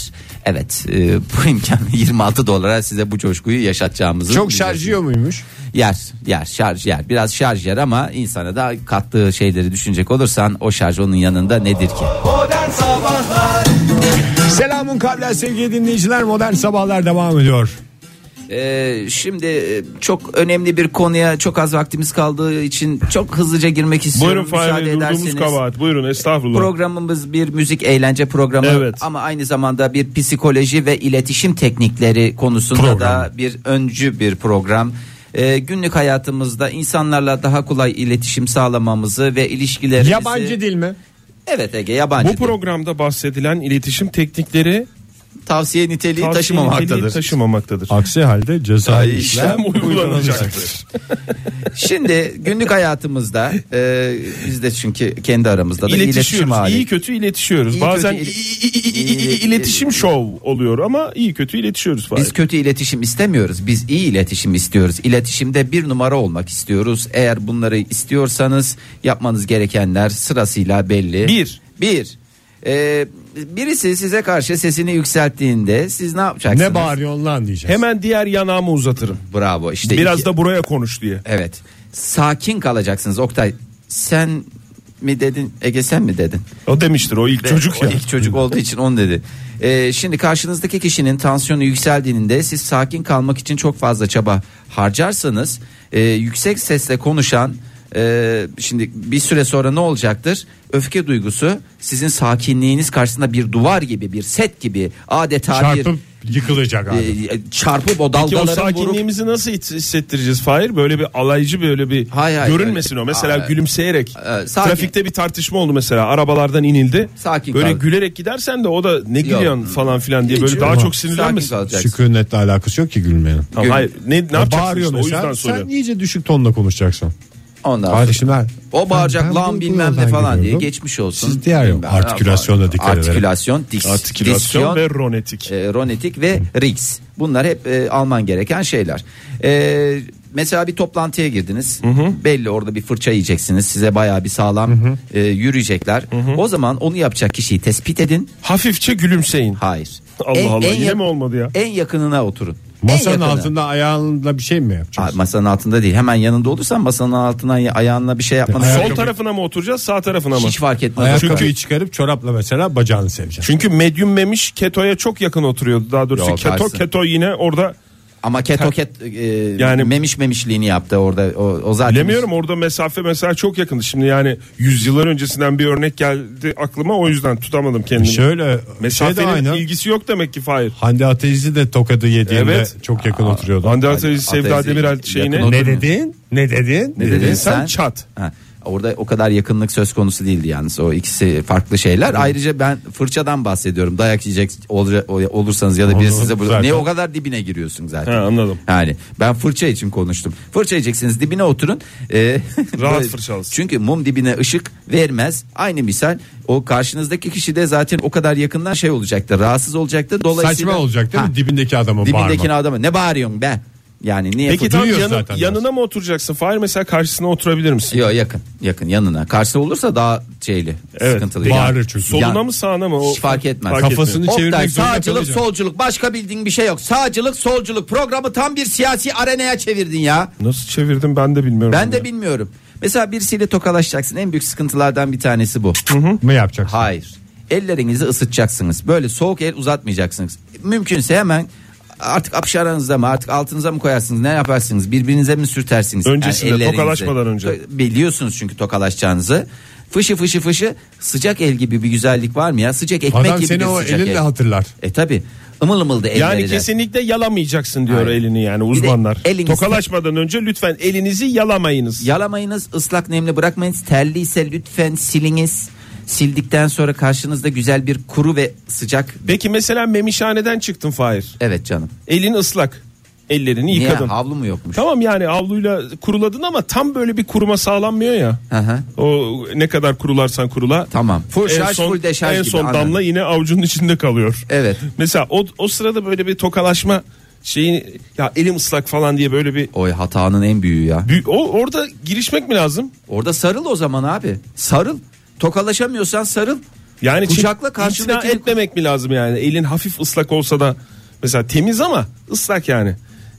Speaker 4: Evet e, bu imkanı 26 dolara size bu coşkuyu yaşatacağımızı
Speaker 6: Çok
Speaker 4: biliyorsunuz.
Speaker 6: şarj yiyor muymuş?
Speaker 4: Yer yer şarj yer biraz şarj yer ama insana da kattığı şeyleri düşünecek olursan o şarj onun yanında nedir ki?
Speaker 2: Modern Sabahlar
Speaker 6: Selamun kablen sevgili dinleyiciler. Modern sabahlar devam ediyor.
Speaker 4: Ee, şimdi e, çok önemli bir konuya çok az vaktimiz kaldığı için çok hızlıca girmek istiyorum.
Speaker 5: Buyurun Fahir
Speaker 4: Müsaade
Speaker 5: Bey, durduğumuz
Speaker 4: ederseniz.
Speaker 5: kabahat. Buyurun estağfurullah.
Speaker 4: Programımız bir müzik eğlence programı
Speaker 5: Evet.
Speaker 4: ama aynı zamanda bir psikoloji ve iletişim teknikleri konusunda da bir öncü bir program. Ee, günlük hayatımızda insanlarla daha kolay iletişim sağlamamızı ve ilişkilerimizi...
Speaker 6: Yabancı dil mi?
Speaker 4: Evet Ege yabancı
Speaker 5: Bu
Speaker 4: dil.
Speaker 5: programda bahsedilen iletişim teknikleri
Speaker 4: tavsiye niteliği
Speaker 5: Tavsiye niteliği
Speaker 4: taşımamaktadır.
Speaker 5: Taşımamaktadır.
Speaker 6: Aksi halde ceza
Speaker 4: Ay,
Speaker 5: İşlem uygulanacaktır.
Speaker 4: Şimdi günlük hayatımızda e, biz de çünkü kendi aramızda da iletişim
Speaker 5: İletişiyoruz.
Speaker 4: hali.
Speaker 5: iyi kötü iletişiyoruz.
Speaker 4: İyi
Speaker 5: Bazen
Speaker 4: kötü
Speaker 5: i- i- i- i- i- iletişim şov oluyor ama iyi kötü iletişiyoruz. Fahir.
Speaker 4: Biz kötü iletişim istemiyoruz. Biz iyi iletişim istiyoruz. İletişimde bir numara olmak istiyoruz. Eğer bunları istiyorsanız yapmanız gerekenler sırasıyla belli.
Speaker 5: Bir.
Speaker 4: Bir. Ee, birisi size karşı sesini yükselttiğinde siz ne yapacaksınız?
Speaker 6: Ne bağırıyorsun lan diyeceğiz.
Speaker 5: Hemen diğer yanağımı uzatırım.
Speaker 4: Bravo işte.
Speaker 5: Biraz
Speaker 4: iki-
Speaker 5: da buraya konuş diye.
Speaker 4: Evet. Sakin kalacaksınız Oktay. Sen mi dedin Ege sen mi dedin?
Speaker 5: O demiştir o ilk çocuk
Speaker 4: O
Speaker 5: ya.
Speaker 4: ilk çocuk olduğu için on dedi. Ee, şimdi karşınızdaki kişinin tansiyonu yükseldiğinde siz sakin kalmak için çok fazla çaba harcarsanız e, yüksek sesle konuşan e, şimdi bir süre sonra ne olacaktır? Öfke duygusu sizin sakinliğiniz karşısında bir duvar gibi bir set gibi adeta
Speaker 6: Çarpıp yıkılacak
Speaker 4: bir
Speaker 6: abi.
Speaker 4: e, çarpıp o
Speaker 5: Peki o
Speaker 4: dalgaların vurup
Speaker 5: sakinliğimizi nasıl his- hissettireceğiz Fahir? Böyle bir alaycı böyle bir
Speaker 4: Hayır, hayır,
Speaker 5: görünmesin
Speaker 4: öyle-
Speaker 5: o. Mesela
Speaker 4: Hayır.
Speaker 5: gülümseyerek.
Speaker 4: Ee, sakin.
Speaker 5: Trafikte bir tartışma oldu mesela. Arabalardan inildi.
Speaker 4: Sakin
Speaker 5: böyle
Speaker 4: kal.
Speaker 5: gülerek gidersen de o da ne gülüyorsun falan filan diye
Speaker 6: Hiç
Speaker 5: böyle daha
Speaker 6: yok.
Speaker 5: çok
Speaker 4: sakin
Speaker 5: sinirlenmesin.
Speaker 4: kalacaksınız.
Speaker 6: Sükunetle alakası yok ki gülmenin.
Speaker 5: Tamam, hayır. Ne, ne yapacaksın
Speaker 6: Bağırıyor
Speaker 5: işte, o yüzden
Speaker 6: mesela.
Speaker 5: soruyorum.
Speaker 6: Sen iyice düşük tonla konuşacaksın.
Speaker 4: Ondan sonra-
Speaker 6: Kardeşimler.
Speaker 4: O bağıracak
Speaker 6: ben
Speaker 4: lan
Speaker 6: bu
Speaker 4: bilmem ne
Speaker 6: yoldan
Speaker 4: falan diye
Speaker 6: gidiyordum.
Speaker 4: geçmiş olsun.
Speaker 6: Siz diğer yok.
Speaker 4: Bilmem.
Speaker 6: Artikülasyona dikkat edelim.
Speaker 4: Artikülasyon, diks,
Speaker 5: Artikülasyon
Speaker 4: disyon,
Speaker 5: ve ronetik.
Speaker 4: e, ronetik ve riks. Bunlar hep e, alman gereken şeyler. E, mesela bir toplantıya girdiniz. Belli orada bir fırça yiyeceksiniz. Size bayağı bir sağlam e, yürüyecekler. O zaman onu yapacak kişiyi tespit edin.
Speaker 5: Hafifçe gülümseyin.
Speaker 4: Hayır.
Speaker 5: Allah Allah, yine
Speaker 4: yak-
Speaker 5: mi olmadı ya?
Speaker 4: En yakınına oturun. En
Speaker 6: Masanın
Speaker 4: yakını.
Speaker 6: altında ayağınla bir şey mi
Speaker 4: Aa,
Speaker 6: yapacaksın?
Speaker 4: Masanın altında değil. Hemen yanında olursan masanın altından ya- ayağınla bir şey yapmanı
Speaker 5: Sol tarafına mı oturacağız sağ tarafına mı?
Speaker 4: hiç fark etmez.
Speaker 6: Ayakkabıyı
Speaker 5: Çünkü-
Speaker 6: çıkarıp çorapla mesela bacağını seveceksin.
Speaker 5: Çünkü medyum memiş ketoya çok yakın oturuyordu. Daha doğrusu
Speaker 4: Yok,
Speaker 5: keto
Speaker 4: tersi.
Speaker 5: keto yine orada
Speaker 4: Ama keto ket e,
Speaker 5: Yani-
Speaker 4: memiş memişliğini yaptı orada o, o zaten.
Speaker 5: bilemiyorum orada mesafe mesela çok yakındı. Şimdi yani yüzyıllar öncesinden bir örnek geldi aklıma o yüzden tutamadım kendimi.
Speaker 6: Şöyle şey de
Speaker 5: Mesafenin
Speaker 6: aynı.
Speaker 5: ilgisi yok demek ki Fahir.
Speaker 6: Hande Ateizli de tokadı yediğinde
Speaker 5: Evet.
Speaker 6: çok yakın oturuyordu.
Speaker 5: Hande
Speaker 4: Hande
Speaker 5: Atay'ı Sevda
Speaker 4: Atay'ı
Speaker 5: Demirel
Speaker 4: yakın
Speaker 5: şeyine
Speaker 4: oturuyor.
Speaker 6: ne dedin? Ne dedin?
Speaker 4: Ne dedin
Speaker 5: sen? Çat.
Speaker 4: Ha, orada o kadar yakınlık söz konusu değildi yalnız. O ikisi farklı şeyler. Ayrıca ben fırçadan bahsediyorum. Dayak yiyecek ol- olursanız ya da biri
Speaker 6: Onu
Speaker 4: size burada
Speaker 6: zaten-
Speaker 4: niye o kadar dibine giriyorsun zaten.
Speaker 5: Ha, anladım.
Speaker 4: Yani ben fırça için konuştum. Fırça yiyeceksiniz dibine oturun. Ee,
Speaker 5: Rahat
Speaker 4: böyle-
Speaker 5: fırça alsın.
Speaker 4: Çünkü mum dibine ışık vermez. Aynı misal o karşınızdaki kişi de zaten o kadar yakından şey olacaktı. Rahatsız olacaktı. Dolayısıyla
Speaker 6: Saçma olacak değil mi?
Speaker 4: Ha,
Speaker 6: Dibindeki adamın
Speaker 4: Dibindeki
Speaker 6: bağırma.
Speaker 4: adama ne bağırıyorsun be? Yani niye
Speaker 5: Peki
Speaker 4: fırça-
Speaker 5: tam
Speaker 6: Duyuyor
Speaker 5: yanı-
Speaker 6: zaten biraz.
Speaker 5: yanına mı oturacaksın? Fahir mesela karşısına oturabilir misin?
Speaker 4: Yok yakın yakın yanına. Karşı olursa daha şeyli sıkıntılı.
Speaker 6: Bağırır çünkü.
Speaker 5: Soluna
Speaker 4: Ya-
Speaker 5: mı sağına mı? O,
Speaker 4: Hiç fark etmez.
Speaker 6: Kafasını
Speaker 4: Oktay,
Speaker 6: çevirmek zorunda
Speaker 4: sağcılık
Speaker 6: kalacak.
Speaker 4: solculuk başka bildiğin bir şey yok. Sağcılık solculuk programı tam bir siyasi arenaya çevirdin ya.
Speaker 5: Nasıl çevirdim ben de bilmiyorum.
Speaker 4: Ben de
Speaker 5: Ya.
Speaker 4: bilmiyorum. Mesela birisiyle tokalaşacaksın en büyük sıkıntılardan bir tanesi bu.
Speaker 6: Mı yapacaksın?
Speaker 4: Hayır. Ellerinizi ısıtacaksınız. Böyle soğuk el uzatmayacaksınız. Mümkünse hemen artık apşaranızda mı artık altınıza mı koyarsınız ne yaparsınız birbirinize mi sürtersiniz?
Speaker 5: Öncesinde,
Speaker 4: ellerinizi.
Speaker 5: tokalaşmadan önce.
Speaker 4: Biliyorsunuz çünkü tokalaşacağınızı. Fışı fışı fışı sıcak el gibi bir güzellik var mı ya? Sıcak ekmek
Speaker 6: Adam
Speaker 4: gibi
Speaker 6: seni
Speaker 4: de
Speaker 6: o
Speaker 4: sıcak
Speaker 6: elinle
Speaker 4: el.
Speaker 6: hatırlar.
Speaker 4: E tabi ımıl ımıl da el
Speaker 5: Yani
Speaker 4: verecek.
Speaker 5: kesinlikle yalamayacaksın diyor
Speaker 4: Aynen.
Speaker 5: elini yani uzmanlar.
Speaker 4: Bir de eliniz-
Speaker 5: Tokalaşmadan önce lütfen elinizi yalamayınız.
Speaker 4: Yalamayınız ıslak nemli bırakmayınız terli ise lütfen siliniz. Sildikten sonra karşınızda güzel bir kuru ve sıcak
Speaker 5: Peki mesela memişhaneden çıktın Fahir.
Speaker 4: evet canım.
Speaker 5: Elin ıslak. Ellerini
Speaker 4: Niye
Speaker 5: yıkadın.
Speaker 4: havlu mu yokmuş?
Speaker 5: Tamam yani avluyla kuruladın ama tam böyle bir kuruma sağlanmıyor ya.
Speaker 4: Hı hı.
Speaker 5: O ne kadar kurularsan kurula.
Speaker 4: Tamam. Full şarj, full deşarj
Speaker 5: en
Speaker 4: gibi,
Speaker 5: son
Speaker 4: anladım.
Speaker 5: damla yine avucunun içinde kalıyor.
Speaker 4: Evet.
Speaker 5: Mesela o, o sırada böyle bir tokalaşma şeyi ya elim ıslak falan diye böyle bir
Speaker 4: Oy hatanın en büyüğü ya.
Speaker 5: bir- o orada girişmek mi lazım?
Speaker 4: Orada sarıl o zaman abi. Sarıl. Tokalaşamıyorsan sarıl.
Speaker 5: Yani
Speaker 4: Kucakla
Speaker 5: çi-
Speaker 4: karşındakini-
Speaker 5: ikna etmemek mi lazım yani? Elin hafif ıslak olsa da mesela temiz ama ıslak yani.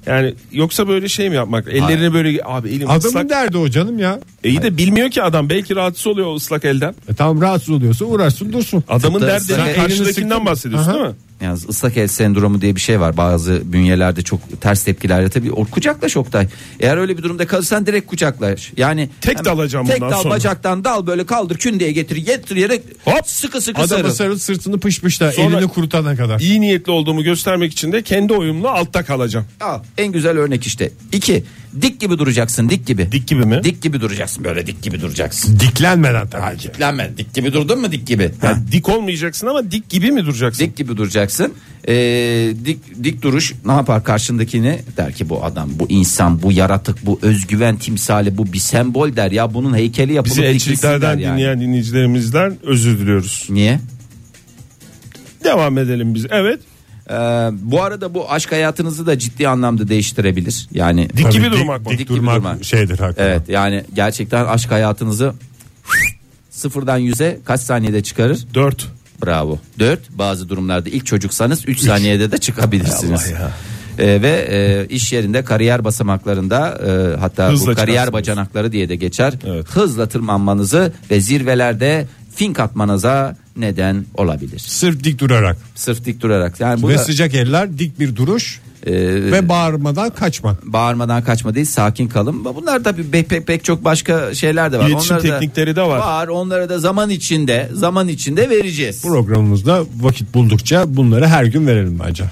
Speaker 5: Yani yoksa böyle şey mi yapmak? Ellerini böyle abi elim
Speaker 6: Adamın
Speaker 5: ıslak.
Speaker 6: derdi o canım ya.
Speaker 5: E iyi de bilmiyor ki adam belki rahatsız oluyor o ıslak elden.
Speaker 6: E tamam rahatsız oluyorsa uğraşsın dursun.
Speaker 5: Adamın
Speaker 4: Tabii,
Speaker 5: derdi
Speaker 4: ıslak
Speaker 5: yani
Speaker 4: elini
Speaker 5: karşıdakinden bahsediyorsun değil mi?
Speaker 4: Yalnız ıslak el sendromu diye bir şey var. Bazı bünyelerde çok ters tepkiler yaratabiliyor. Or- Kucaklaş Oktay. Eğer öyle bir durumda kalırsan direkt kucaklaş. Yani
Speaker 5: Tek
Speaker 4: hem-
Speaker 5: dalacağım
Speaker 4: tek
Speaker 5: bundan
Speaker 4: dal
Speaker 5: sonra.
Speaker 4: bacaktan dal böyle kaldır kün diye getir. Getir yere
Speaker 5: Hop!
Speaker 4: sıkı sıkı
Speaker 6: Adamı
Speaker 4: sarıl.
Speaker 6: sarıl sırtını pışpışla
Speaker 5: Sonra-
Speaker 6: elini kurutana kadar.
Speaker 5: İyi niyetli olduğumu göstermek için de kendi oyumla altta kalacağım.
Speaker 4: Al, en güzel örnek işte. İki Dik gibi duracaksın dik gibi.
Speaker 5: Dik gibi mi?
Speaker 4: Dik gibi duracaksın böyle dik gibi duracaksın.
Speaker 6: Diklenmeden tabii ki.
Speaker 4: Diklenme dik gibi durdun mu dik gibi. Ha.
Speaker 5: Yani dik olmayacaksın ama dik gibi mi duracaksın?
Speaker 4: Dik gibi duracaksın. Ee, dik dik duruş ne yapar karşındakini? Der ki bu adam, bu insan, bu yaratık, bu özgüven timsali, bu bir sembol der ya. Bunun heykeli yapılıp
Speaker 5: Bizi
Speaker 4: dikilsin
Speaker 5: elçiliklerden
Speaker 4: der yani.
Speaker 5: dinleyen dinleyicilerimizden özür diliyoruz.
Speaker 4: Niye?
Speaker 5: Devam edelim biz. Evet.
Speaker 4: Ee, bu arada bu aşk hayatınızı da ciddi anlamda değiştirebilir. Yani
Speaker 5: Dik
Speaker 6: Tabii
Speaker 5: gibi
Speaker 6: dik-
Speaker 5: durmak mı?
Speaker 6: Dik,
Speaker 4: Dik gibi
Speaker 6: durmak,
Speaker 4: durmak.
Speaker 6: şeydir hakikaten.
Speaker 4: Evet yani gerçekten aşk hayatınızı sıfırdan yüze kaç saniyede çıkarır?
Speaker 5: 4.
Speaker 4: Bravo. 4 bazı durumlarda ilk çocuksanız 3 saniyede de çıkabilirsiniz.
Speaker 6: Allah ya.
Speaker 4: Ee, ve e, iş yerinde kariyer basamaklarında e, hatta
Speaker 5: Hızla
Speaker 4: bu kariyer
Speaker 5: çıkarsınız.
Speaker 4: bacanakları diye de geçer.
Speaker 5: Evet.
Speaker 4: Hızla tırmanmanızı ve zirvelerde fink atmanıza neden olabilir.
Speaker 6: Sırf dik durarak.
Speaker 4: Sırf dik durarak. Yani bu
Speaker 6: ve
Speaker 4: da,
Speaker 6: sıcak eller, dik bir duruş
Speaker 5: Ee,
Speaker 4: e,
Speaker 6: ve bağırmadan kaçmak.
Speaker 4: bağırmadan kaçma değil sakin kalın. Bunlar da pek, pek pek çok başka şeyler de var.
Speaker 5: İletişim
Speaker 4: Onları da-
Speaker 5: teknikleri de var.
Speaker 4: Var. Onlara da zaman içinde zaman içinde vereceğiz.
Speaker 6: Programımızda vakit buldukça bunları her gün verelim bence.